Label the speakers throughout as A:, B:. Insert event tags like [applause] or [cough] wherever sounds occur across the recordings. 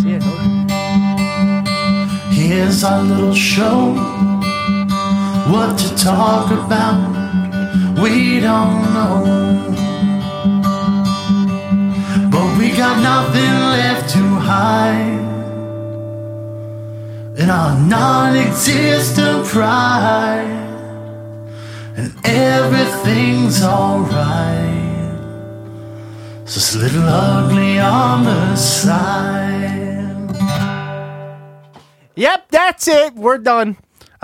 A: See you.
B: Here's our little show. What to talk about, we don't know. But we got nothing left to hide in our non existent pride. And everything's alright. It's Just a little ugly on the side.
C: Yep, that's it. We're done.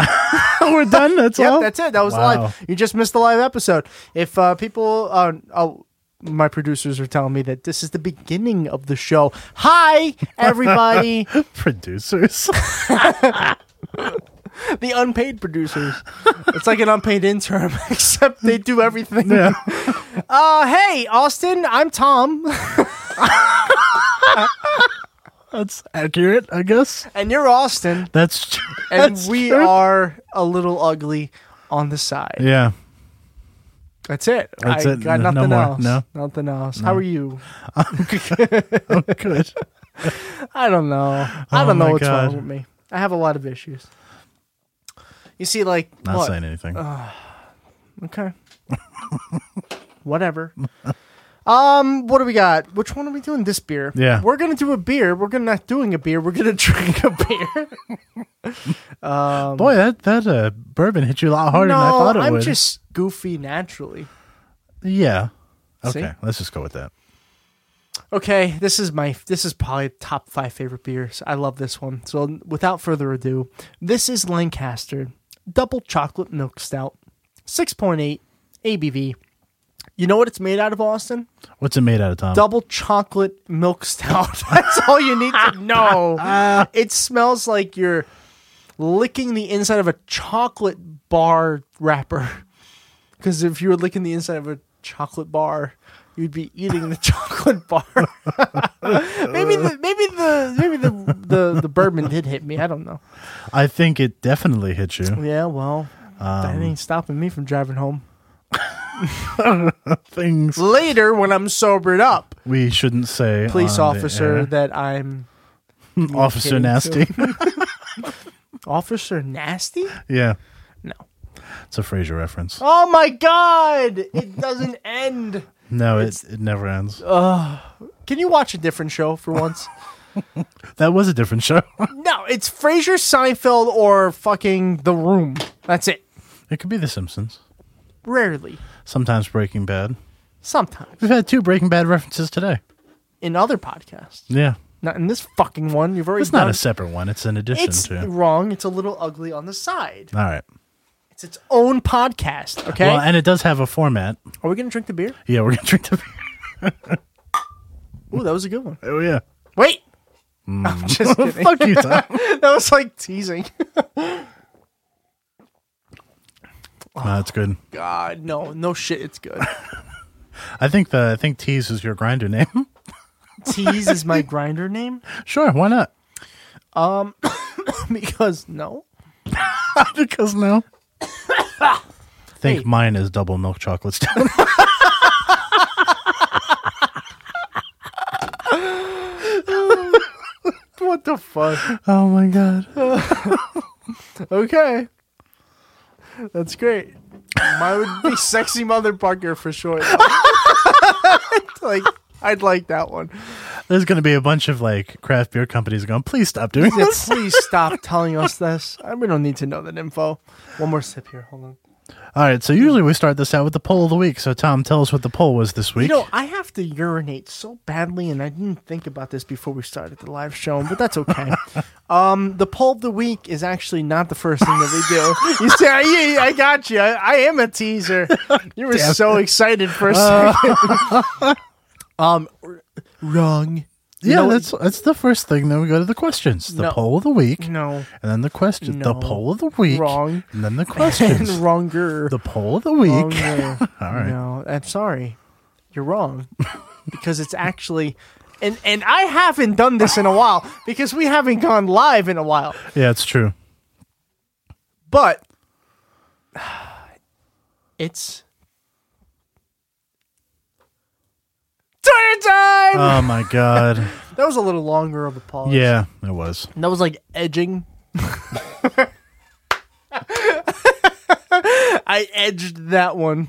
D: [laughs] We're done. That's
C: Yep,
D: all.
C: that's it. That was
D: Wow.
C: live. You just missed the live episode. If uh, people, uh, oh, my producers are telling me that this is the beginning of the show.
D: [laughs]
C: Hi, everybody,
D: Producers. [laughs]
C: the unpaid producers. It's like an unpaid intern, [laughs] except they do everything.
D: yeah.
C: [laughs] Uh, hey, Austin, I'm Tom,
D: That's accurate, I guess.
C: and you're Austin,
D: That's [laughs] true.
C: and
D: That's
C: we
D: true.
C: are a little ugly on the side.
D: Yeah.
C: That's it.
D: That's
C: I
D: it.
C: got
D: No
C: nothing
D: more.
C: else.
D: No.
C: Nothing else. How are you?
D: Oh, good.
C: I don't know. I
D: Oh
C: don't know
D: my
C: what's
D: God.
C: wrong with me. I have a lot of issues. You see, like
D: [laughs] Not
C: what? Um,
D: saying anything.
C: Okay. [laughs] Whatever. Um, what do we got? Which one are we doing? This beer.
D: Yeah.
C: We're gonna do a beer. We're gonna not doing a beer. We're gonna [laughs] drink a beer.
D: Boy, that that uh, bourbon hit you a lot harder
C: no,
D: than I thought it
C: am
D: would.
C: just goofy naturally.
D: Yeah.
C: See?
D: Okay. Let's just go with that.
C: Okay, this is my this is probably top five favorite beers. I love this one. So without further ado, this is Lancaster Double Chocolate Milk Stout, six point eight ABV. You know what it's made out of, Austin?
D: What's it made out of, Tom?
C: Double chocolate milk stout. [laughs] That's all you need to know. It smells like you're licking the inside of a chocolate bar wrapper. [laughs] Because if you were licking the inside of a chocolate bar, you'd be eating the [laughs] chocolate bar. maybe the maybe the maybe the, the the bourbon did hit me. I don't know.
D: I think it definitely hit you.
C: Yeah, well, that ain't stopping me from driving home
D: Things
C: later when I'm sobered up.
D: we shouldn't say.
C: Police
D: on the
C: officer
D: air.
C: that I'm
D: officer
C: kidding,
D: nasty. [laughs]
C: Officer Nasty?
D: yeah.
C: No.
D: It's a Frasier reference.
C: Oh my god! It doesn't [laughs] end.
D: no, it, it never ends.
C: Uh, Can you watch a different show for once?
D: that was a different [laughs] show.
C: [laughs] no, it's Frasier, Seinfeld, or fucking The Room. That's it.
D: it could be The Simpsons.
C: Rarely.
D: Sometimes Breaking Bad.
C: Sometimes.
D: We've had two Breaking Bad references today.
C: In other podcasts.
D: Yeah.
C: Not in this fucking one. You've already
D: It's not
C: done-
D: a separate one. It's an addition
C: It's
D: to. All
C: wrong. It's a little ugly on the side.
D: right.
C: It's its own podcast, okay?
D: Well, and it does have a format.
C: Are we going to drink the beer?
D: Yeah, we're gonna drink the beer.
C: Ooh, that was
D: [laughs]
C: a good one.
D: Oh yeah.
C: Wait!
D: Mm.
C: I'm just [laughs] kidding.
D: Fuck you, Tom.
C: that was like teasing. [laughs]
D: No, that's good.
C: God, no. No shit,
D: [laughs]
C: it's good.
D: I think the I think Tease is your grinder name. [laughs]
C: Tease is my grinder name [laughs]
D: sure, why not? [laughs]
C: because no.
D: because no. I think
C: Hey.
D: mine is double milk chocolate stout.
C: What the fuck?
D: [laughs] oh my god.
C: Okay. That's great. Mine [laughs] would be Sexy Motherfucker for [laughs] sure. like, I'd like that one.
D: There's gonna be a bunch of like craft beer companies going, please stop doing
C: Yeah,
D: this.
C: please stop telling us this. I- We don't need to know that info. One more sip here. Hold on.
D: Alright, so usually we start this out with the poll of the week. So Tom, tell us what the poll was this
C: You
D: week.
C: know, I have to urinate so badly, and I didn't think about this before we started the live show, but that's [laughs] okay. um, the poll of the week is actually not the first thing that we do. You see, I, I got you. I, I am a teaser. You were Uh, [laughs] so excited for a second. um, r- wrong.
D: Yeah,
C: No, it-
D: that's that's the first thing. Then we go to the questions. The
C: No.
D: poll of the week.
C: No.
D: And then the question. The
C: No.
D: poll of the week.
C: Wrong.
D: And then the
C: [laughs] And
D: questions.
C: wronger.
D: the poll of the week.
C: Wronger.
D: All right.
C: Oh, No, I'm sorry. You're wrong. because it's actually and and I haven't done this in a while because we haven't gone live in a while.
D: [laughs] Yeah, it's true.
C: But [sighs] it's Twitter time.
D: Oh my god.
C: [laughs] that was a little longer of a pause.
D: yeah, it was.
C: That was like [laughs] edging. I edged that one.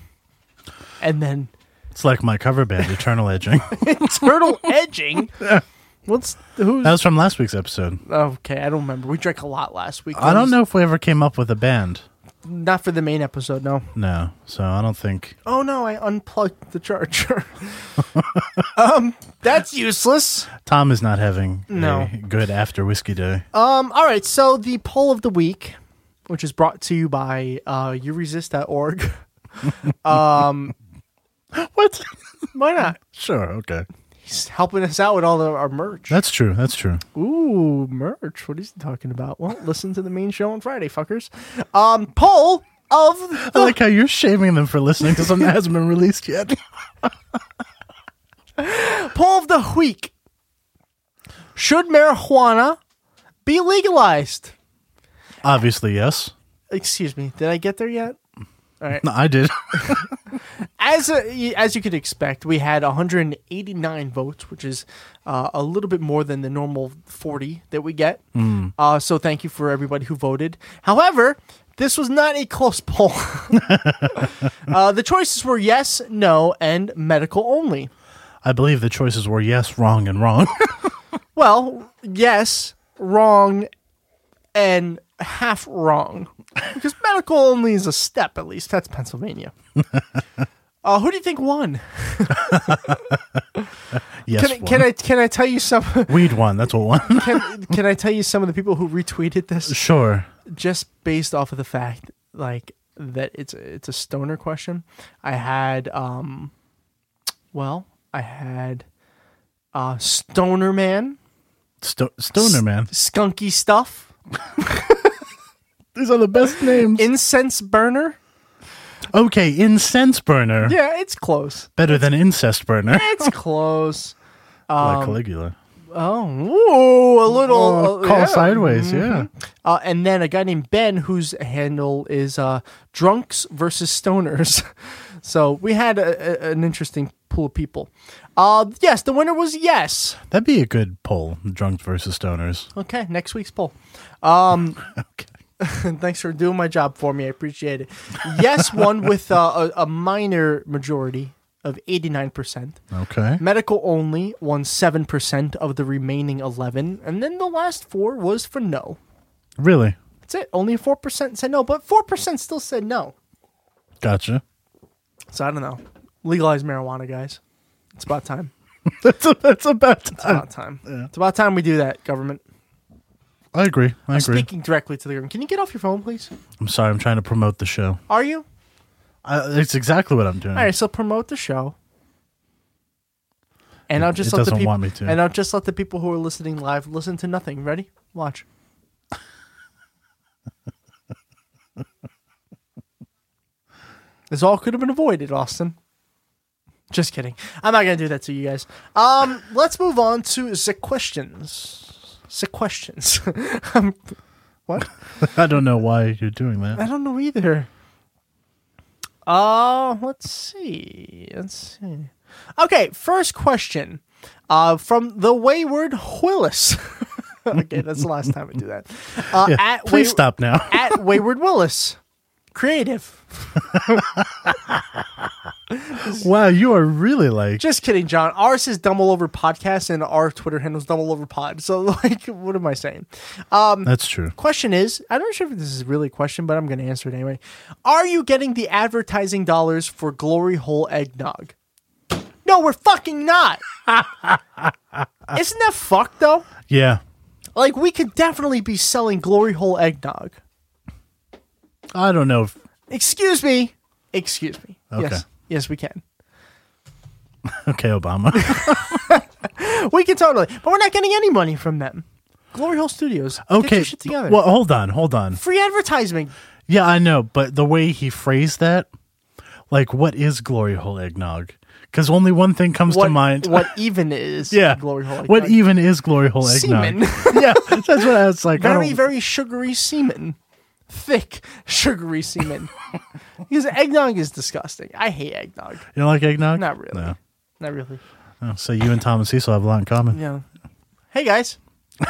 C: And then
D: It's like my cover band, Eternal
C: [laughs]
D: Edging.
C: turtle edging. What's who's
D: That was from last week's episode.
C: okay? I don't remember. We drank a lot last week.
D: I don't know if we ever came up with a band.
C: Not for the main episode, no.
D: No, so I don't think.
C: Oh no, I unplugged the charger. [laughs] um, that's useless.
D: Tom is not having
C: No.
D: a good after whiskey day.
C: Um, all right. So the poll of the week, which is brought to you by uh, [laughs] youresist.org.
D: What?
C: Um, Why not?
D: sure, okay.
C: He's helping us out with all of our merch.
D: That's true. That's true.
C: Ooh, merch. What is he talking about? Well, listen to the main show on Friday, fuckers. Um, poll of the
D: I like how you're shaming them for listening to something that hasn't been released yet.
C: [laughs] poll of the week. Should marijuana be legalized?
D: Obviously, yes.
C: Excuse me, did I get there yet?
D: No, I did. [laughs]
C: As a, as you could expect, we had 189 votes, which is uh, a little bit more than the normal 40 that we get. Uh, so thank you for everybody who voted. However, this was not a close poll. uh, the choices were yes, no, and medical only.
D: I believe the choices were yes, wrong, and wrong. [laughs]
C: Well, yes, wrong, and half wrong. Because medical only is a step, at least. That's Pennsylvania. uh, who do you think won?
D: yes,
C: Can I, can I can I tell you some
D: I? Weed one. That's what one.
C: can, [laughs] can I tell you some of the people who retweeted this
D: [laughs] sure.
C: just based off of the fact like that it's it's a stoner question. I had um well, I had uh Stoner Man,
D: Sto- Stoner man.
C: Skunky Stuff,
D: These are the best names.
C: Incense Burner.
D: [laughs] okay, incense burner.
C: Yeah, it's close.
D: Better than incest burner. [laughs]
C: It's close. Oh,
D: like Caligula.
C: Ooh, a little
D: Oh,
C: uh,
D: call
C: yeah.
D: sideways. Yeah.
C: Uh, and then a guy named Ben whose handle is uh, drunks versus stoners. [laughs] so we had a, a, an interesting pool of people. Uh, yes, the winner was yes.
D: That'd be a good poll. Drunk versus stoners.
C: Okay, next week's poll.
D: Okay.
C: And [laughs] thanks for doing my job for me. I appreciate it. Yes, won with uh, a, a minor majority of eighty nine percent.
D: Okay.
C: Medical only won seven percent of the remaining eleven, and then the last four was for no.
D: Really?
C: That's it. Only four percent said no, but four percent still said no.
D: Gotcha.
C: So I don't know. Legalize marijuana, guys. It's about time.
D: [laughs] That's a, that's about
C: It's about time. It's about time we do that, government.
D: I agree. I agree.
C: Speaking directly to the government. Can you get off your phone, please?
D: I'm sorry. I'm trying to promote the show.
C: Are you?
D: I, that's exactly what I'm doing.
C: All right, so promote the show. And I'll just
D: it
C: let the
D: doesn't
C: people
D: want me to.
C: and I'll just let the people who are listening live listen to nothing. Ready? Watch. this all could have been avoided, Austin. Just kidding. I'm not gonna do that to you guys. Um, let's move on to the questions. The questions. [laughs] I'm, what?
D: [laughs] I don't know why you're doing
C: I
D: that.
C: don't know either. Uh, let's see. Let's see. Okay, first question. Uh, from the Wayward Willis. [laughs] okay, that's the last time I
D: [laughs]
C: do that. Uh,
D: Yeah,
C: at
D: please
C: Way-
D: stop now.
C: [laughs] at Wayward Willis. Creative.
D: [laughs] wow, you are really like
C: Just kidding, John. Ours is Dumble Over Podcast, and our Twitter handle is Dumble Over Pod. So, [laughs] like, what am I saying?
D: that's true.
C: Question is, I'm not sure if this is really a question, but I'm going to answer it anyway. Are you getting the advertising dollars for Glory Hole eggnog? No, we're
D: [laughs]
C: fucking not. Isn't that fucked though?
D: Yeah,
C: Like we could definitely be selling Glory Hole eggnog.
D: I don't know. If,
C: Excuse me. Excuse me.
D: Okay.
C: Yes. Yes, we can.
D: okay, Obama.
C: we can totally, but we're not getting any money from them. Glory Hole Studios. Get
D: Okay.
C: your shit together.
D: Well, hold on, hold on.
C: Free advertising.
D: Yeah, I know, but the way he phrased that, like, what is glory hole eggnog? Because only one thing comes
C: What,
D: to mind.
C: what even
D: [laughs]
C: is
D: yeah,
C: Glory Hole?
D: What
C: eggnog?
D: even is glory hole eggnog?
C: Semen.
D: [laughs]
C: [laughs]
D: yeah, that's what I was like. oh, I
C: very
D: don't-
C: very sugary semen thick sugary semen because eggnog is disgusting i hate eggnog
D: You don't like eggnog?
C: not really
D: No.
C: not really
D: Oh, so you and Tom and Cecil have a lot in common.
C: no hey guys
D: [laughs]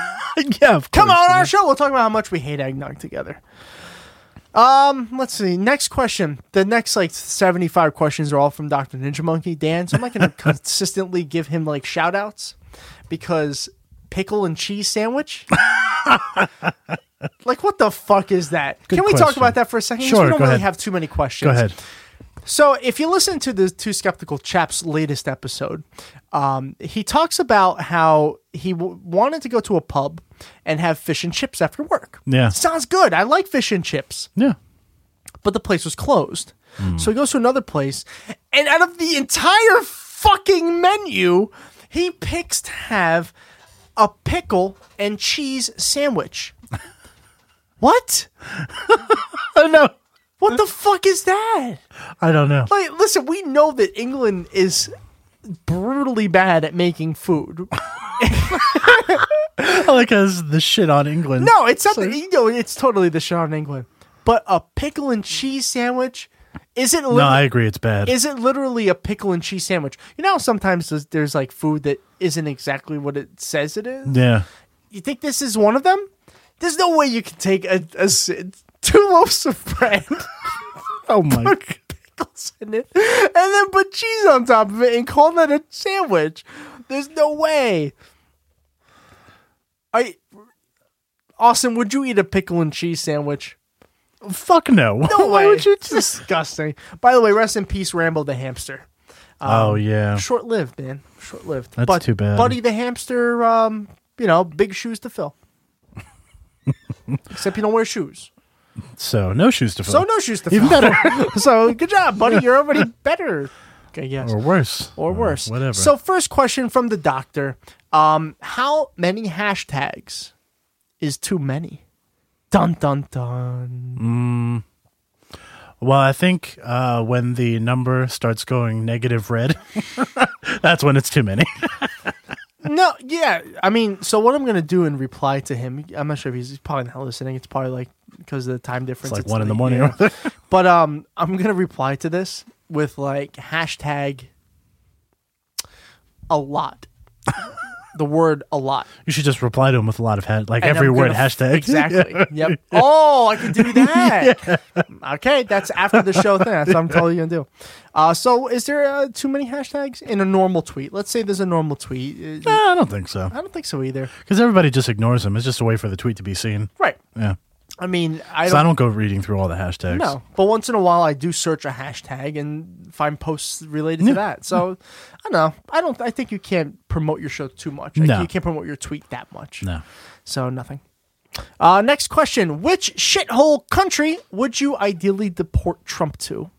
D: yeah, of
C: come
D: course.
C: on our show we'll talk about how much we hate eggnog together um let's see next question the next like 75 questions are all from dr ninja monkey dan so i'm
D: [laughs]
C: not gonna consistently give him like shout outs because pickle and
D: [laughs]
C: cheese sandwich like what the fuck is that
D: Good
C: can we talk
D: question.
C: about that for a second 'Cause
D: Sure,
C: we don't
D: go
C: really
D: ahead.
C: have too many questions
D: Go ahead.
C: So, if you listen to the Two Skeptical Chaps' latest episode, um, he talks about how he w- wanted to go to a pub and have fish and chips after work.
D: Yeah.
C: Sounds good. I like fish and chips,
D: Yeah.
C: but the place was closed. So, he goes to another place, and out of the entire fucking menu, he picks to have a pickle and cheese sandwich. what?
D: Oh [laughs] no,
C: What the fuck is that?
D: I don't know.
C: Like, listen, we know that England is brutally bad at making food.
D: [laughs] like us the shit on England.
C: No, it's not. the, you know, it's totally the shit on England. But a pickle and cheese sandwich isn't.
D: no,
C: Li-
D: I agree. It's bad.
C: Is it literally a pickle and cheese sandwich? You know, how sometimes there's, there's like food that isn't exactly what it says it is.
D: yeah.
C: You think this is one of them? There's no way you can take a, a s- two [laughs] loaves of bread,
D: Oh my.
C: pickles in it, and then put cheese on top of it and call that a sandwich. There's no way. I, Austin, would you eat a pickle and cheese sandwich?
D: [laughs] Fuck no. [laughs]
C: No
D: Why
C: way.
D: would you?
C: It's disgusting. By the way, rest in peace, Rambo the hamster. Um,
D: oh yeah.
C: Short lived, man. Short lived.
D: That's too bad.
C: Buddy the hamster. Um, you know, big shoes
D: [laughs]
C: to fill. Except you don't wear shoes,
D: So no shoes to fill.
C: so no shoes to
D: Even
C: fill.
D: better.
C: [laughs] so good job, buddy. You're already better. Okay, yes.
D: or worse.
C: or worse.
D: Whatever.
C: So first question from the doctor: um, How many hashtags is too many? Dun dun dun.
D: well, I think uh, when the number starts going negative red, [laughs] that's when it's too many. [laughs]
C: No, yeah. I mean, so what I'm gonna do in reply to him? I'm not sure if he's, he's probably not listening. It's probably like because of the time difference.
D: It's like one in the
C: late,
D: morning.
C: yeah. [laughs] But um, I'm gonna reply to this with like hashtag a lot. the word a lot.
D: you should just reply to them with a lot of hat, like
C: And
D: every
C: I'm
D: word [laughs]
C: gonna-
D: hashtag.
C: [laughs] Exactly. Yep. Oh, I
D: [laughs]
C: can do that. Okay, that's after the show thing. That's what I'm totally gonna do. Uh, so, is there uh, too many hashtags in a normal tweet? Let's say there's a normal tweet. Uh,
D: Nah, I don't think so.
C: I don't think so either.
D: Because everybody just ignores them. It's just a way for the tweet to be seen.
C: Right.
D: Yeah.
C: I mean, I
D: So
C: don't,
D: I don't go reading through all the hashtags.
C: know, but once in a while I do search a hashtag and find posts related to that. So I don't know. I don't. I think you can't promote your show too much. Like,
D: No.
C: you can't promote your tweet that much.
D: No.
C: So nothing. Uh, next question: Which shithole country would you ideally deport Trump to?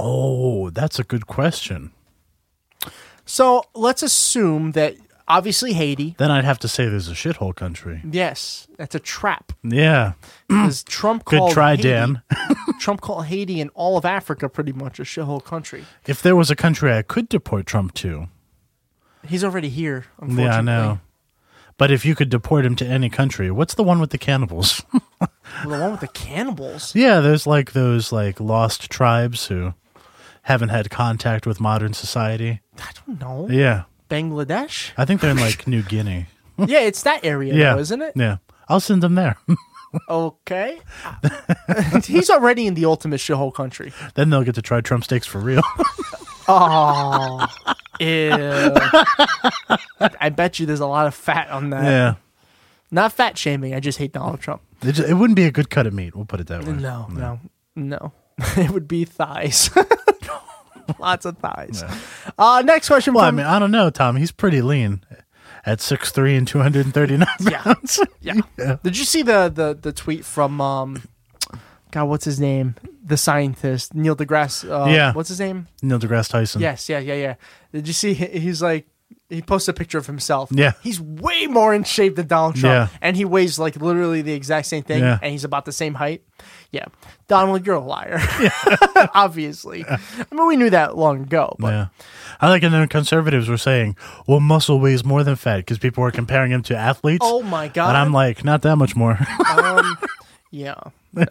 D: Oh, that's a good question.
C: So let's assume that obviously Haiti.
D: Then I'd have to say there's a shithole country.
C: Yes, that's
D: [clears throat]
C: a trap
D: Yeah.
C: because Trump
D: Good
C: called
D: try,
C: Haiti-
D: Dan.
C: [laughs] Trump called Haiti and all of Africa pretty much a shithole country.
D: If there was a country I could deport Trump to,
C: He's already here. Unfortunately.
D: yeah, I know. But if you could deport him to any country, what's the one with the cannibals? [laughs]
C: Well, the one with the cannibals.
D: yeah, there's like those like lost tribes who haven't had contact with modern society.
C: I don't know.
D: Yeah. [laughs]
C: Bangladesh?
D: I think they're in like New
C: [laughs]
D: Guinea.
C: yeah, it's that area,
D: Yeah.
C: though, isn't it?
D: Yeah. I'll send them there. [laughs]
C: Okay. [laughs] He's already in the ultimate shithole country.
D: then they'll get to try Trump steaks for real. [laughs]
C: Ew. [laughs] I bet you there's a lot of fat on that.
D: yeah.
C: Not fat shaming. I just hate Donald Trump.
D: It, ju- it wouldn't be a good cut of meat. We'll put it that way.
C: No, no, no. [laughs] it would be thighs. [laughs] Lots of thighs. Uh, next question.
D: Well, I
C: from-
D: mean, I don't know, Tom. He's pretty lean at 6'3 and 239
C: [laughs] Yeah.
D: pounds.
C: yeah. Did you see the, the, the tweet from, um, God, what's his name? The scientist, Neil deGrasse. Uh,
D: Yeah.
C: What's his name?
D: [laughs] Neil deGrasse Tyson.
C: Yes, yeah, yeah, yeah. Did you see? he- He's like, he posts a picture of himself.
D: Yeah.
C: He's way more in shape than Donald Trump.
D: Yeah.
C: And he weighs like literally the exact same thing
D: Yeah.
C: and he's about the same height. Yeah. Donald, you're
D: [laughs]
C: a liar. [laughs] Obviously. I mean, we knew that long ago, but
D: Yeah. I like, and then conservatives were saying, well, muscle weighs more than fat because people were comparing him to athletes.
C: Oh my God.
D: And I'm like, not that much more. [laughs]
C: um, yeah. No.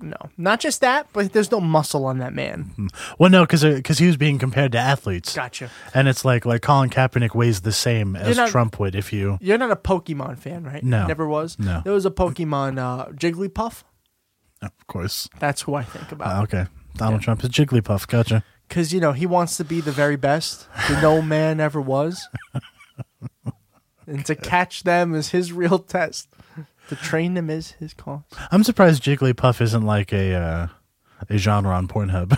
C: no. Not just that, but there's no muscle on that man.
D: well, no, because he was being compared to athletes.
C: Gotcha.
D: And it's like, like Colin Kaepernick weighs the same as
C: not-
D: Trump would if you.
C: You're not a Pokemon fan, right?
D: No.
C: Never was?
D: No.
C: There was a Pokemon uh, Jigglypuff.
D: Of course.
C: That's who I think about.
D: Uh, okay. Donald Trump is Jigglypuff. Gotcha.
C: because you know he wants to be the very best
D: [laughs]
C: that no man ever was, and to catch them is his real test. To train them is his
D: [laughs]
C: cause.
D: I'm surprised Jigglypuff isn't like a uh, a genre on Pornhub.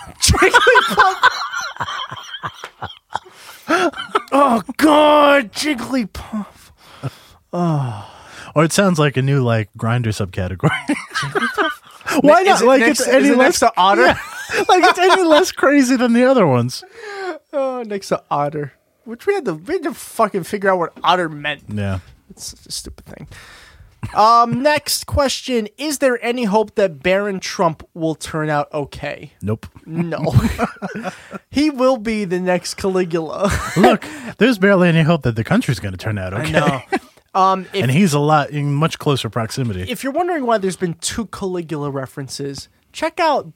D: [laughs]
C: Oh God, Jigglypuff!
D: or it sounds like a new like grinder subcategory. [laughs] Why
C: Is
D: not?
C: it
D: Like
C: next-
D: it's
C: is
D: any
C: it next
D: less
C: to otter?
D: like it's any less crazy than the other ones.
C: Oh, next to otter, which we had to we had to fucking figure out what otter meant.
D: Yeah.
C: It's such a stupid thing. Um, next question: Is there any hope that Baron Trump will turn out okay?
D: Nope.
C: No, [laughs] he will be the next Caligula. [laughs]
D: Look, there's barely any hope that the country's going to turn out okay. [laughs]
C: Um, if,
D: And he's a lot in much closer proximity.
C: if you're wondering why there's been two Caligula references, check out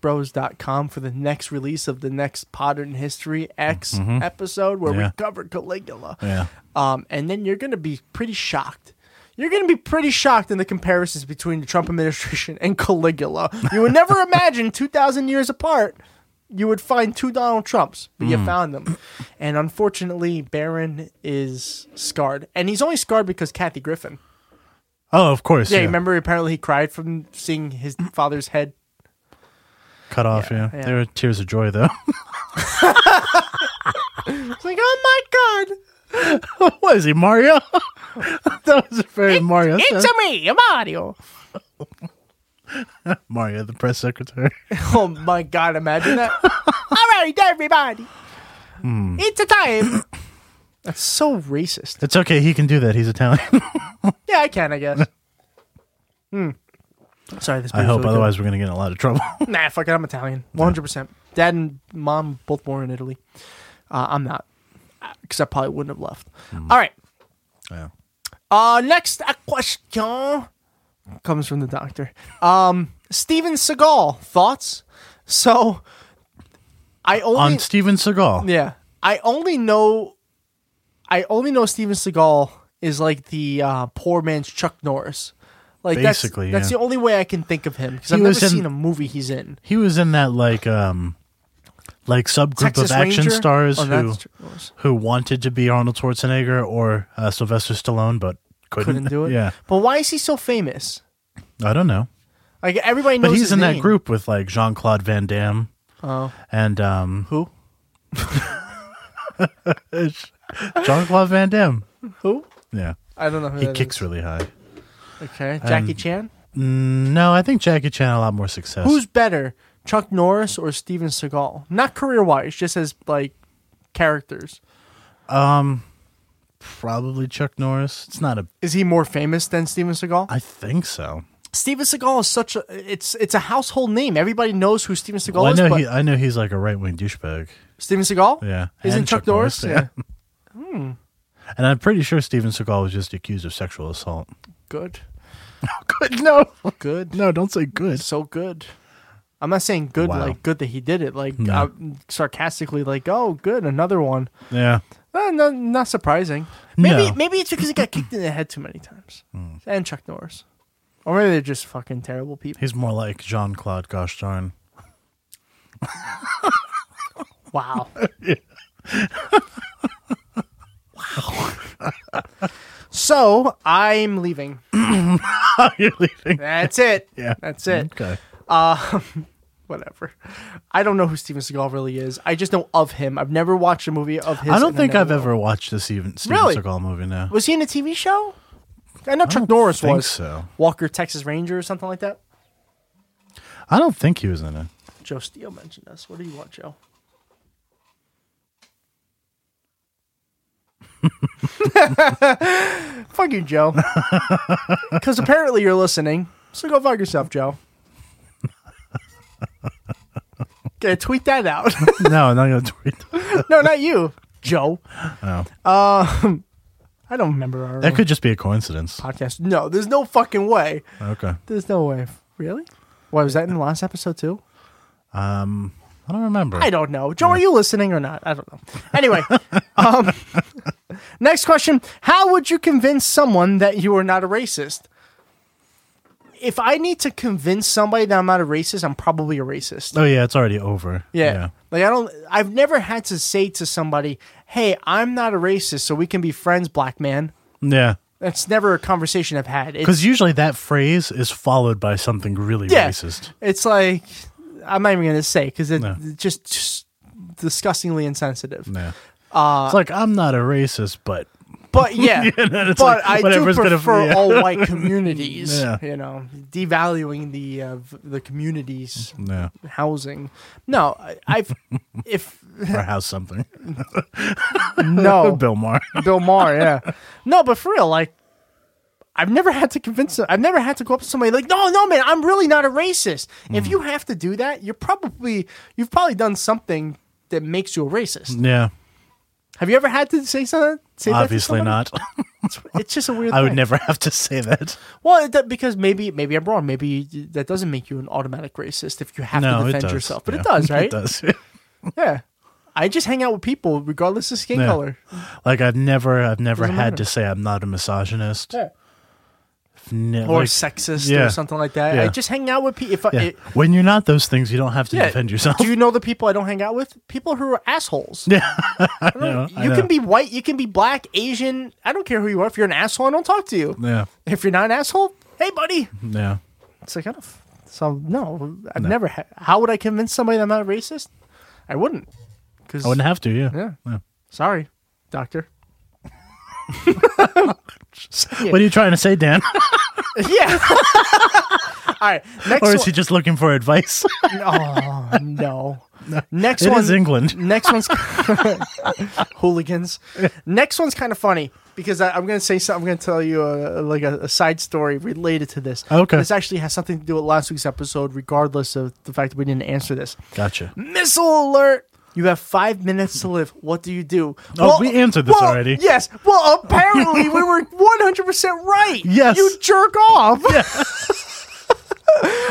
C: braintrustbros.com for the next release of the next Modern History X episode where
D: Mm-hmm. Yeah.
C: we cover Caligula.
D: Yeah.
C: Um, and then you're going to be pretty shocked. You're going to be pretty shocked in the comparisons between the Trump administration and Caligula. You
D: [laughs]
C: would never imagine 2,000 years apart you would find two Donald Trumps, but
D: Hmm.
C: you found them. And unfortunately, Barron is scarred. And he's only scarred because Kathy Griffin.
D: oh, of course.
C: Yeah, remember apparently he cried from seeing his father's head.
D: Cut off. Yeah,
C: yeah.
D: There were tears of joy though. [laughs]
C: It's like, oh my god,
D: what is he, Mario? [laughs] that was a very Mario.
C: it's a me, a Mario.
D: Mario, the press secretary.
C: [laughs] Oh my god, imagine that. All right, everybody, it's a time. That's so racist.
D: It's okay. He can do that. He's
C: [laughs]
D: Italian.
C: Yeah, I can, I guess. Hmm. Sorry, this.
D: I
C: beer's
D: hope.
C: really good.
D: Otherwise, we're going to get in a lot of
C: [laughs]
D: trouble.
C: Nah, fuck it. I'm Italian. 100%. Dad and mom both born in Italy. Uh, I'm not. Because I probably wouldn't have left. All right.
D: Mm. Yeah.
C: Uh, next uh, question comes from the doctor. Um, Steven Seagal, thoughts? So, I only.
D: On Steven Seagal.
C: Yeah. I only know I only know Steven Seagal is like the uh, poor man's Chuck Norris. Like
D: Basically,
C: that's, that's
D: yeah.
C: the only way I can think of him because
D: He
C: I've never
D: was in-
C: seen a movie he's in.
D: He was in that like um like subgroup
C: Texas
D: of action
C: Ranger?
D: stars
C: Oh,
D: who
C: that's Chuck Norris.
D: who wanted to be Arnold Schwarzenegger or uh, Sylvester Stallone but couldn't.
C: couldn't do
D: [laughs]
C: it.
D: Yeah.
C: But why is he so famous?
D: I don't know.
C: Like everybody knows.
D: But he's
C: his
D: in that
C: name.
D: group with like Jean Claude Van Damme. Oh. And um
C: Who?
D: Jean Claude Van Damme.
C: Who?
D: Yeah.
C: I don't know. Who
D: He
C: that
D: kicks
C: is.
D: really high. Mm,
C: Okay, Jackie Chan.
D: No, I think Jackie Chan had a lot more success.
C: Who's better, Chuck Norris or Steven Seagal? Not career wise, just as like characters.
D: probably Chuck Norris? It's not a
C: Is he more famous than Steven Seagal?
D: I think so.
C: Steven Seagal is such a it's it's a household name. Everybody knows who Steven Seagal
D: Well, I
C: is.
D: know
C: but
D: he I know he's like a right wing douchebag.
C: Steven Seagal,
D: Yeah.
C: isn't
D: And
C: Chuck,
D: Chuck
C: Norris?
D: Norris, yeah. And I'm pretty sure Steven Seagal was just accused of sexual assault.
C: good,
D: [laughs] Good, no,
C: good,
D: no, don't say good.
C: so good. I'm not saying good
D: Wow.
C: like good that he did it like
D: No.
C: uh, sarcastically like oh good another one.
D: Yeah,
C: Uh, no, not surprising. Maybe
D: No. Hmm.
C: maybe it's because he got kicked in the head too many times and Chuck Norris, or maybe they're just fucking
D: [laughs]
C: terrible people.
D: he's more like Jean Claude. Gosh darn. [laughs]
C: Wow. wow.
D: [laughs]
C: So I'm leaving.
D: You're leaving.
C: That's it.
D: [laughs] Yeah. Mm-hmm.
C: That's it.
D: Okay.
C: Whatever. I don't know who Steven Seagal really is. I just know of him. I've never watched a movie of his.
D: I don't
C: and I
D: think
C: never
D: I've
C: will.
D: ever watched a Steven, Steven
C: Really?
D: Seagal movie now.
C: Was he in a TV show? I know Chuck
D: don't
C: Norris
D: think
C: was.
D: so.
C: Walker, Texas Ranger, or something like that.
D: I don't think he was
C: [laughs]
D: in it.
C: Joe Steele mentioned us. What do you want, Joe? [laughs] Fuck
D: [laughs]
C: you, Joe. Because apparently you're listening. So go fuck yourself, Joe. Okay, tweet that out. [laughs]
D: No, I'm not gonna [laughs] tweet. that.
C: no, not you, Joe. Um, I don't remember our
D: Oh. That could just be a coincidence.
C: podcast. No, there's no fucking way.
D: Okay.
C: There's no way. Really? Why was that in the last episode too?
D: Um, I don't remember.
C: I don't know. Joe, are you listening or not? I don't know. Anyway, um, next question: How would you convince someone that you are not a racist? If I need to convince somebody that I'm not a racist, I'm probably a racist.
D: Oh yeah, it's already over.
C: Yeah. Like I don't I've never had to say to somebody, "Hey, I'm not a racist, so we can be friends, black man."
D: Yeah.
C: That's never a conversation I've had. It's-
D: Because usually that phrase is followed by something really
C: yeah,
D: racist.
C: It's like I'm not even going to say because it,
D: No.
C: it's just, just disgustingly insensitive.
D: Yeah.
C: Uh,
D: it's like I'm not a racist, but [laughs]
C: But yeah,
D: and then it's
C: but
D: like,
C: I do
D: whatever's gonna-
C: prefer
D: yeah. [laughs]
C: all white communities.
D: Yeah.
C: You know, devaluing the uh, v- the communities.
D: yeah,
C: Housing, no. I-
D: [laughs]
C: I've if
D: or house
C: [laughs]
D: something.
C: no
D: Bill Maher.
C: Bill Maher, yeah. No, but for real, like, I've never had to convince them. I've never had to go up to somebody like, no, no, man, I'm really not a racist. If
D: Mm.
C: you have to do that, you're probably you've probably done something that makes you a racist.
D: yeah.
C: Have you ever had to say something? Say that to
D: Obviously
C: somebody? [laughs]
D: not.
C: It's just a weird.
D: [laughs] I would
C: thing.
D: never have to say that.
C: Well, it, do- because maybe maybe I'm wrong. Maybe that doesn't make you an automatic racist if you have
D: no,
C: to
D: it
C: defend
D: does.
C: yourself. But
D: Yeah.
C: it does,
D: [laughs]
C: right?
D: It does.
C: Yeah. I just hang out with people regardless of skin
D: Yeah.
C: color.
D: like I've never, I've never
C: Doesn't
D: had
C: matter.
D: to say I'm not a misogynist.
C: Yeah.
D: Ne-
C: Or
D: like-
C: sexist
D: yeah.
C: or something like that. I
D: Yeah.
C: just hang out with people. If I,
D: Yeah.
C: it,
D: when you're not those things, you don't have to
C: Yeah.
D: defend yourself.
C: Do you know the people I don't hang out with? People who are assholes.
D: [laughs]
C: Yeah,
D: I
C: you
D: know.
C: can be white, you can be black, Asian. I don't care who you are. If you're an asshole, I don't talk to you.
D: yeah,
C: If you're not an asshole, hey buddy.
D: yeah.
C: It's like I don't. f- So no, I've never. Ha- How would I convince somebody that I'm not a racist? I wouldn't. Because
D: I wouldn't have to. Yeah.
C: yeah. Sorry,
D: [laughs]
C: doctor. [laughs]
D: What are you trying to say,
C: [laughs]
D: Dan?
C: yeah. [laughs] All right. Next
D: or
C: one.
D: is he just looking for advice? [laughs]
C: oh no. Next
D: It
C: one
D: is England.
C: Next
D: [laughs]
C: one's [laughs] hooligans. Next one's kind of funny because I, I'm going to say something. I'm going to tell you a, like a, a side story related to this.
D: Okay.
C: This actually has something to do with last week's episode, regardless of the fact that we didn't answer this.
D: Gotcha.
C: Missile alert! You have five minutes to live. What do you do?
D: Oh, we answered this
C: well,
D: already.
C: Yes. Well, apparently we were 100% right.
D: Yes.
C: You jerk off.
D: [laughs]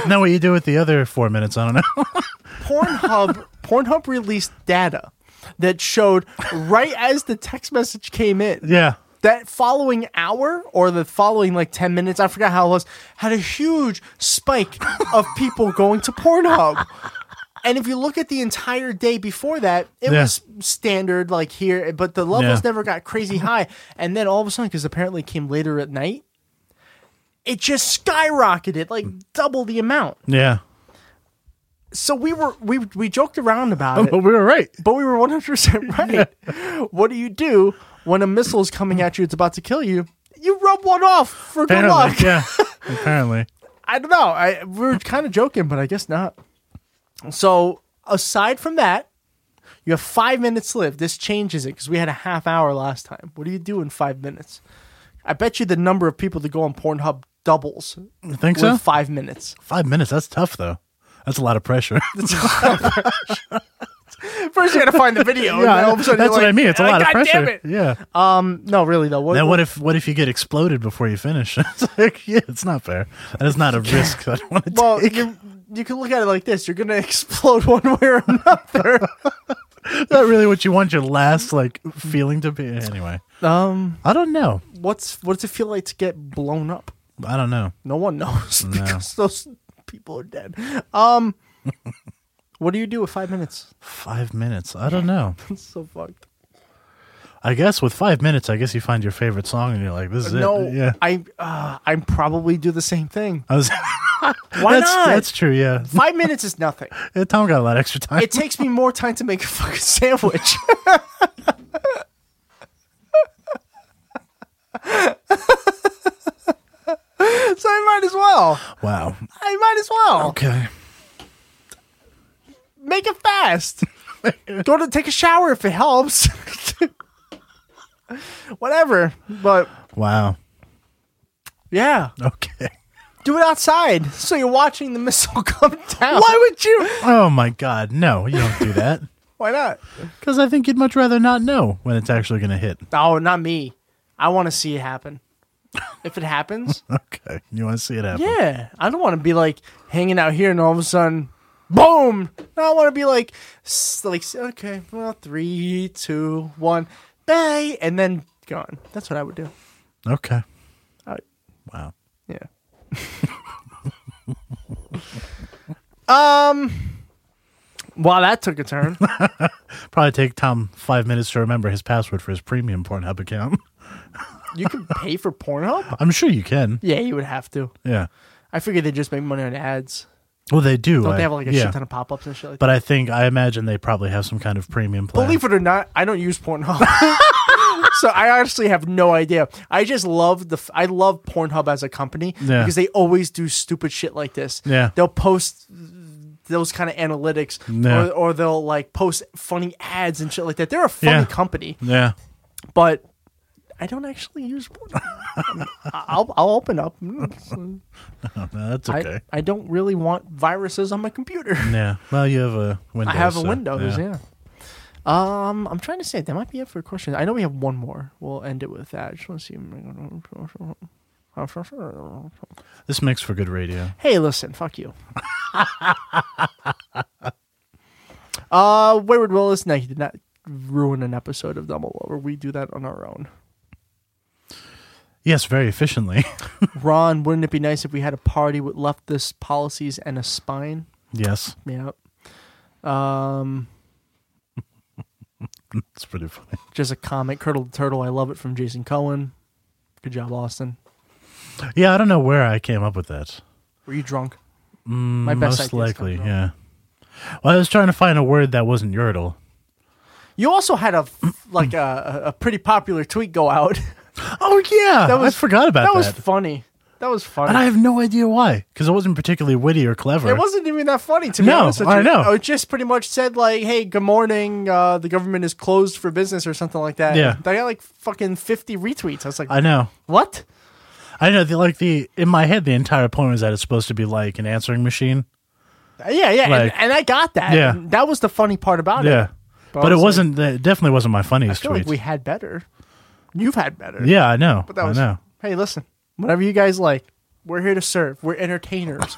D: Now what you do with the other four minutes? I don't know. [laughs]
C: Pornhub Pornhub released data that showed right as the text message came in.
D: yeah.
C: that following hour or the following like 10 minutes, I forgot how it was, had a huge spike of people going to Pornhub. And if you look at the entire day before that, it
D: Yeah.
C: was standard like here, but the levels
D: Yeah.
C: never got crazy high. And then all of a sudden, because apparently it came later at night, it just skyrocketed like double the amount.
D: Yeah.
C: So we were we we joked
D: [laughs]
C: around about it.
D: But we were right.
C: But we were [laughs] 100% right. What do you do when a missile is coming at you? It's about to kill you. You rub one off for good
D: Apparently.
C: luck. [laughs]
D: Yeah. Apparently.
C: I don't know. I, we were kind of joking, but I guess not. So, aside from that, you have five minutes to live. This changes it because we had a half hour last time. What do you do in five minutes? I bet you the number of people that go on Pornhub doubles
D: You think
C: with
D: so?
C: five minutes.
D: Five minutes. That's tough though. That's a lot of pressure.
C: [laughs]
D: [laughs]
C: First, you got to find the [laughs] video. and then all of a
D: that's
C: sudden you're
D: what I
C: like,
D: mean. It's a
C: "Ah,
D: lot of
C: God
D: pressure.
C: damn it."
D: Yeah.
C: No, really though. What,
D: Now what if what if you get exploded before you finish? [laughs] it's like, yeah, it's not fair. And it's not
C: [laughs]
D: a risk that I want to
C: Well,
D: take.
C: you you can look at it like this: you're gonna [laughs] explode one way or another.
D: Is that really what you want your last like feeling to be? Anyway,
C: um,
D: I don't know.
C: what's what does it feel like to get blown up?
D: I don't know.
C: No one knows because those people are dead. Um, [laughs] what do you do with five minutes? [laughs]
D: Five minutes. I don't know.
C: It's so fucked.
D: I guess with five minutes, I guess you find your favorite song and you're like, this is
C: No,
D: it. Yeah.
C: I uh, I probably do the same thing.
D: I was. [laughs]
C: Why
D: that's,
C: not?
D: That's true. Yeah.
C: five minutes is nothing.
D: Yeah, Tom got a lot of extra time.
C: It takes me more time to make a fucking sandwich. [laughs] so I might as well.
D: wow.
C: I might as well
D: Okay.
C: make it
D: [laughs]
C: fast. Go to take a shower if it helps. [laughs] whatever. But
D: Wow.
C: yeah,
D: Okay.
C: do it outside so you're watching the missile [laughs] come down.
D: Why would you? Oh my God. No, you don't do that. [laughs]
C: Why not?
D: Because I think you'd much rather not know when it's actually going to hit.
C: Oh, not me. I want to see it happen. If
D: [laughs]
C: it happens,
D: Okay. You want to see it happen?
C: yeah. I don't want to be like hanging out here and all of a sudden, boom. No, I want to be like, s- like s- okay, well, three, two, one, bye, and then gone. That's what I would do.
D: Okay.
C: I-
D: wow.
C: Yeah. [laughs] um. Wow, Um, that took a turn.
D: Probably take Tom five minutes to remember his password for his premium Pornhub account. [laughs]
C: You can pay for Pornhub.
D: I'm sure you can.
C: [laughs] Yeah, you would have to.
D: Yeah.
C: I figured they just make money on ads.
D: Well, they do.
C: Don't
D: I-
C: they have like a
D: yeah.
C: shit ton of pop ups and shit like
D: But I think I imagine they probably have some kind of premium plan.
C: Believe it or not, I don't use
D: [laughs]
C: Pornhub. [laughs] so I honestly have no idea. I just love the f- I love Pornhub as a company
D: Yeah.
C: because they always do stupid shit like this.
D: Yeah.
C: They'll post those kind of analytics
D: Yeah.
C: or, or they'll like post funny ads and shit like that. They're a funny
D: Yeah.
C: company,
D: yeah.
C: but I don't actually use Pornhub. I'll I'll open up.
D: No, that's
C: I,
D: okay.
C: I don't really want viruses on my computer. [laughs]
D: yeah. Well, you have a Windows.
C: I have a
D: so,
C: Windows, yeah. Um, I'm trying to say that might be it for questions. I know we have one more. We'll end it with that. I just want to see.
D: This makes for good radio.
C: [laughs] Hey, listen, fuck you. uh, Wayward Willis, no, he did not ruin an episode of Dumb All Over. We do that on our own.
D: Yes, very efficiently. [laughs]
C: Ron, wouldn't it be nice if we had a party with leftist policies and a spine?
D: yes.
C: Yep. Um,
D: It's pretty funny.
C: just a comment. Curdle the Turtle, I love it from Jason Cohen. Good job, Austin.
D: Yeah, I don't know where I came up with that.
C: Were you drunk?
D: My
C: best
D: Mm, Most
C: ideas come
D: likely,
C: from-
D: yeah. Well, I was trying to find a word that wasn't urinal.
C: You also had a like a, a pretty popular tweet go out. [laughs]
D: Oh yeah,
C: That was-
D: I forgot about
C: that
D: that.
C: was funny. That was funny.
D: and I have no idea why, because it wasn't particularly witty or clever.
C: it wasn't even that funny to me.
D: No, I know.
C: It just pretty much said like, "Hey, good morning. Uh, the government is closed for business" or something like that.
D: Yeah.
C: I got like fucking fifty retweets. I was like,
D: I know.
C: "What?"
D: I know. The, like the in my head, the entire point was that it's supposed to be like an answering machine.
C: Yeah, yeah,
D: Like-
C: and, and I got that.
D: Yeah.
C: And that was the funny part about it.
D: Yeah,
C: But
D: but,
C: I
D: it
C: was like-
D: wasn't. that definitely wasn't my funniest
C: I feel
D: tweet.
C: like we had better. You've had better.
D: yeah, I know.
C: But that was
D: I know.
C: Hey, listen. Whatever you guys like, we're here to serve. We're
D: [laughs]
C: entertainers.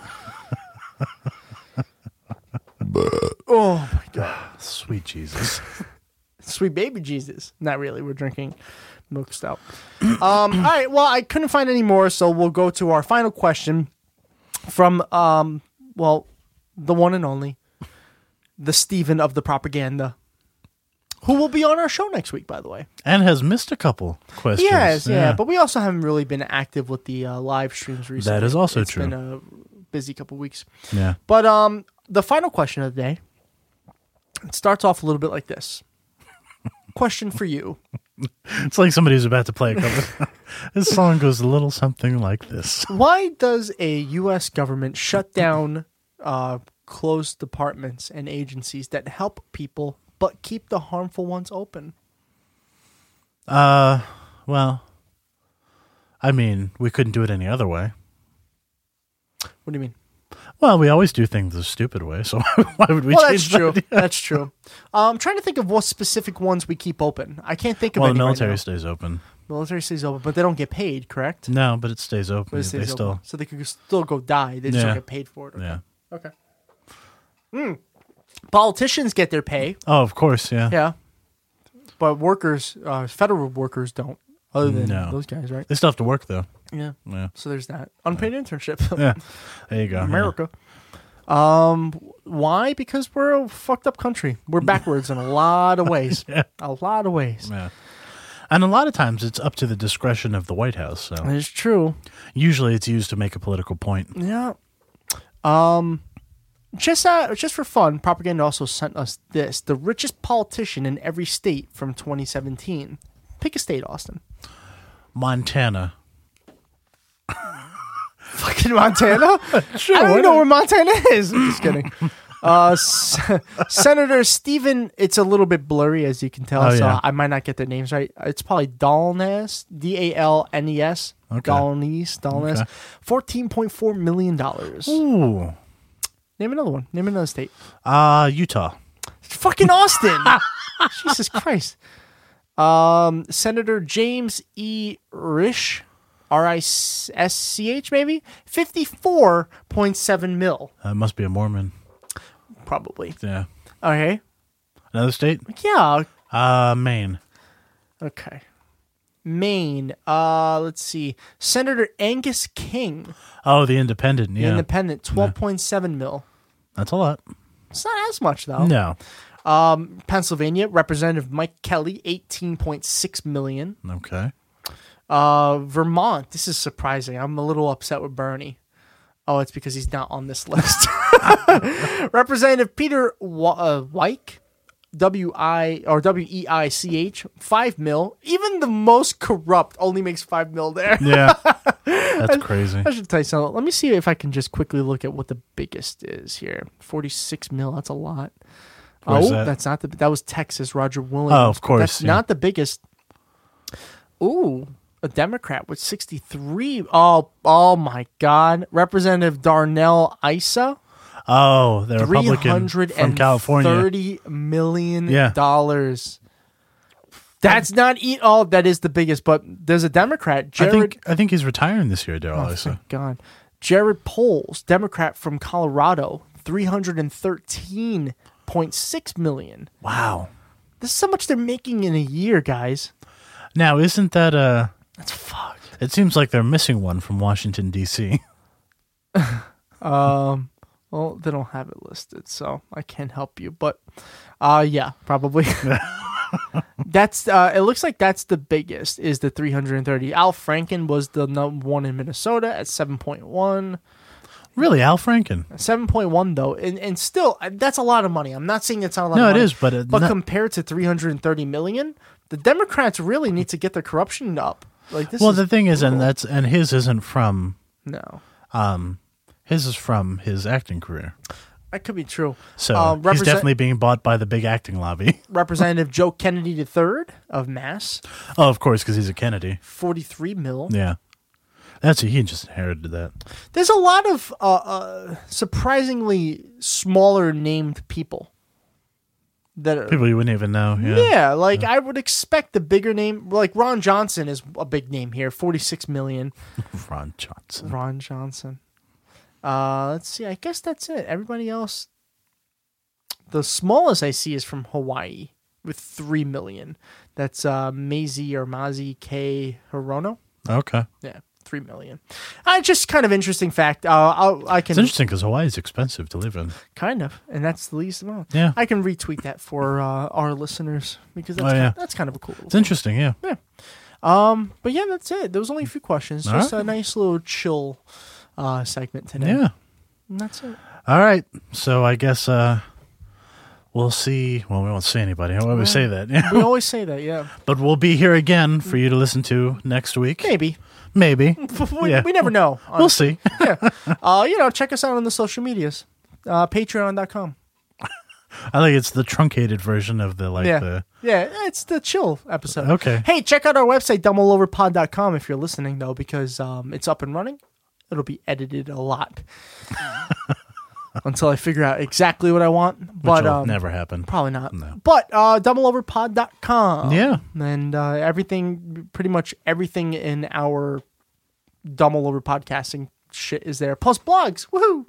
C: oh my god.
D: Sweet Jesus.
C: Sweet baby Jesus. Not really. We're drinking milk stout. Um, all right. Well, I couldn't find any more, so we'll go to our final question from um, well, the one and only, the Steven of the propaganda. Who will be on our show next week, by the way?
D: [laughs] and has missed a couple questions.
C: Yes, yeah, but we also haven't really been active with the uh, live streams recently.
D: is also
C: It's
D: true.
C: Been a busy couple weeks,
D: yeah.
C: but um, the final question of the day it starts off a little bit
D: [laughs]
C: like this. question for you:
D: It's like somebody's about to play a cover. [laughs] this song goes a little something like this.
C: Why does a U.S. government shut down uh, closed departments and agencies that help people but keep the harmful ones open?
D: Uh, Well, I mean, we couldn't do it any other way.
C: What do you mean?
D: Well, we always do things the stupid way, so [laughs] why would we
C: well, that's
D: change [laughs]
C: true.
D: that?
C: That's true. Uh, I'm trying to think of what specific ones we keep open. I can't think of
D: Well, the
C: any right
D: military
C: now.
D: stays open.
C: Military stays open, but they don't get paid, correct?
D: No, but it stays open.
C: But it
D: Yeah,
C: stays
D: they still.
C: open. So they could still go die. They just
D: Yeah.
C: don't get paid for it. Okay.
D: Yeah.
C: Okay. Hmm. Politicians get
D: [laughs]
C: their pay.
D: Oh, of course. Yeah.
C: Yeah. But workers, uh, federal workers don't, other than
D: No.
C: those guys,
D: [laughs]
C: right?
D: They still have to work though.
C: Yeah.
D: Yeah.
C: So there's that. Unpaid internship.
D: [laughs]
C: [laughs]
D: Yeah. There you go. yeah.
C: America. Um, why? Because we're a fucked up country.
D: [laughs]
C: We're backwards in a lot of ways. A lot of ways.
D: Yeah. And a lot of times it's up to the discretion of the White House. So
C: It's true.
D: usually it's used to make a political point.
C: Yeah. Um, just uh, just for fun, propaganda also sent us this: the richest politician in every state from 2017. Pick a state, Austin.
D: Montana.
C: [laughs] Fucking Montana. I
D: why [laughs]
C: don't know where Montana is. I'm [laughs] just kidding. Uh, S- Senator Stephen, it's a little bit blurry as you can tell,
D: Oh,
C: so
D: yeah.
C: I might not get their names right. It's probably Dalnes, D A L N E S,
D: Okay.
C: Dalnes, Dalnes,
D: Okay.
C: fourteen point four million dollars.
D: Ooh.
C: Name another one. Name another state.
D: Uh, Utah.
C: It's
D: [laughs]
C: fucking Austin. Jesus Christ. Um, Senator James E. Risch, R I S C H, maybe fifty four point seven mil,
D: That must be a Mormon.
C: probably.
D: Yeah.
C: Okay.
D: Another state?
C: Yeah.
D: Uh, Maine.
C: Okay. Maine. Uh, let's see. Senator Angus King,
D: Oh, the Independent.
C: the
D: Yeah.
C: independent, twelve point seven mil.
D: That's a lot.
C: It's not as much though.
D: No.
C: Pennsylvania Representative Mike Kelly, eighteen point six million.
D: Okay.
C: Uh, Vermont. This is surprising. I'm a little upset with Bernie. Oh, it's because he's not on this [laughs] list. Representative Peter Wa- uh, Wyke, W I or W E I C H, five mil. Even the most corrupt only makes five mil there. [laughs]
D: Yeah. That's crazy.
C: I should tell you something. Let me see if I can just quickly look at what the biggest is here. Forty-six mil. That's a lot.
D: Where's
C: oh,
D: that?
C: that's not the. That was Texas. Roger Williams.
D: Oh, of course,
C: That's
D: yeah.
C: not the biggest. Ooh, a Democrat with sixty-three. Oh, oh my God. Representative Darnell Issa.
D: Oh, the
C: Three
D: Republican
C: hundred
D: from
C: and
D: California.
C: thirty million
D: Yeah.
C: dollars. That's not eat all. That is the biggest, but there's a Democrat,
D: I
C: Jared
D: think I think he's retiring this year, Daryl.
C: Oh,
D: Issa.
C: thank God. Jared Poles, Democrat from Colorado, 313.6 million.
D: Wow.
C: This is how much they're making in a year, guys.
D: Now, isn't that uh
C: That's fucked.
D: It seems like they're missing one from Washington D.C.
C: Um, Well, they don't have it listed, so I can't help you. But uh yeah, probably. [laughs] that's uh it looks like that's the biggest is the 330. Al Franken was the number 1 in Minnesota at 7.1.
D: [laughs] Really, Al Franken?
C: 7.1 though and, and still uh, that's a lot of money i'm not saying it's not a lot
D: No,
C: of
D: it
C: money,
D: is, but it-
C: but
D: not-
C: compared to 330 million the democrats really need to get their corruption up like this
D: Well,
C: is
D: the thing is, and
C: brutal.
D: that's and his isn't from um,
C: no
D: his is from his acting career.
C: that could be true
D: So
C: Uh,
D: he's
C: represent-
D: definitely being bought by the big acting lobby. [laughs]
C: representative joe kennedy III of mass
D: oh, of course, because he's a Kennedy.
C: 43 mil
D: Yeah, that's he just inherited that.
C: there's a lot of uh, uh, surprisingly smaller named people that are
D: People you wouldn't even know. Yeah.
C: Yeah, like I would expect the bigger name, like Ron Johnson is a big name here, forty-six million.
D: Ron Johnson.
C: Ron Johnson. Uh, let's see. I guess that's it. Everybody else, the smallest I see is from Hawaii with three million. That's uh, Maisie or Mazi K Hirono.
D: Okay,
C: Yeah, three million. Uh, just kind of interesting fact. Uh, I'll, I
D: it's
C: can
D: interesting because Hawaii is expensive to live in.
C: kind of, and that's the least amount.
D: Yeah.
C: I can retweet that for uh, our listeners because that's,
D: Oh,
C: kind,
D: yeah.
C: that's kind of a cool.
D: It's interesting. Yeah.
C: But yeah, that's it. There was only a few questions.
D: All
C: just
D: right.
C: a nice little chill uh, segment today.
D: Yeah.
C: and that's it.
D: All right. So I guess uh, we'll see. Well, we won't see anybody. Why would we say that? [laughs] Yeah.
C: We always say that, yeah.
D: But we'll be here again for you to listen to next week.
C: Maybe.
D: Maybe.
C: [laughs] we,
D: Yeah.
C: we never know.
D: [laughs] We'll see.
C: Uh, you know, check us out on the social medias. Uh, Patreon.com.
D: I think it's the truncated version of the like
C: Yeah.
D: the
C: yeah, it's the chill episode.
D: Okay.
C: Hey, check out our website, dumbleoverpod.com, if you're listening, though, because um, it's up and running. It'll be edited a
D: [laughs]
C: lot until I figure out exactly what I want.
D: which
C: But
D: will
C: um,
D: never happen.
C: Probably not. But uh, dumbleoverpod.com.
D: Yeah.
C: And uh, everything, pretty much everything in our Dumble Over podcasting shit is there. Plus blogs. Woohoo.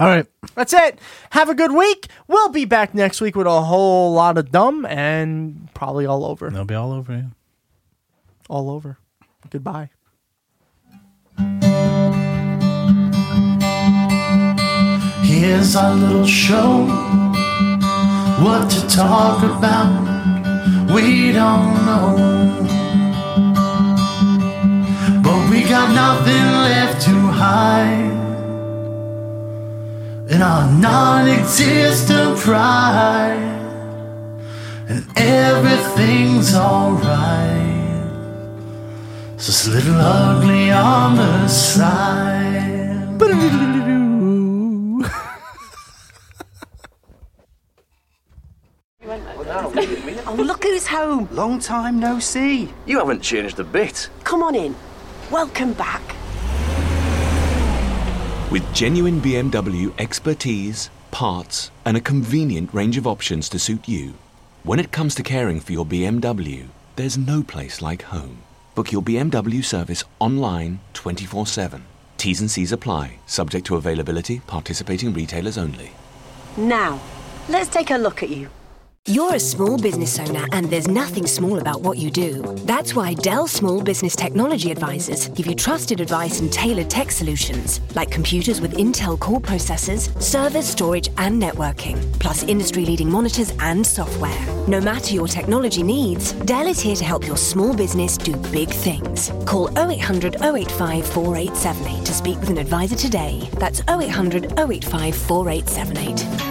D: All right.
C: That's it. Have a good week. We'll be back next week with a whole lot of dumb and probably all over.
D: They'll be all over you.
C: All over. Goodbye.
B: Here's our little show. What to talk about, we don't know. But we got nothing left to hide in our non existent pride. And everything's alright. It's Just a little ugly on the side.
E: Oh, home.
A: Long time no see.
F: You haven't changed a bit.
E: Come on in. Welcome back.
G: With genuine BMW expertise, parts, and a convenient range of options to suit you, when it comes to caring for your BMW, there's no place like home. Book your BMW service online 24 7. T's and C's apply, subject to availability, participating retailers only.
E: Now, let's take a look at you.
H: You're a small business owner, and there's nothing small about what you do. That's why Dell Small Business Technology Advisors give you trusted advice and tailored tech solutions, like computers with Intel core processors, servers, storage, and networking, plus industry leading monitors and software. No matter your technology needs, Dell is here to help your small business do big things. Call 0800 085 4878 to speak with an advisor today. That's 0800 085 4878.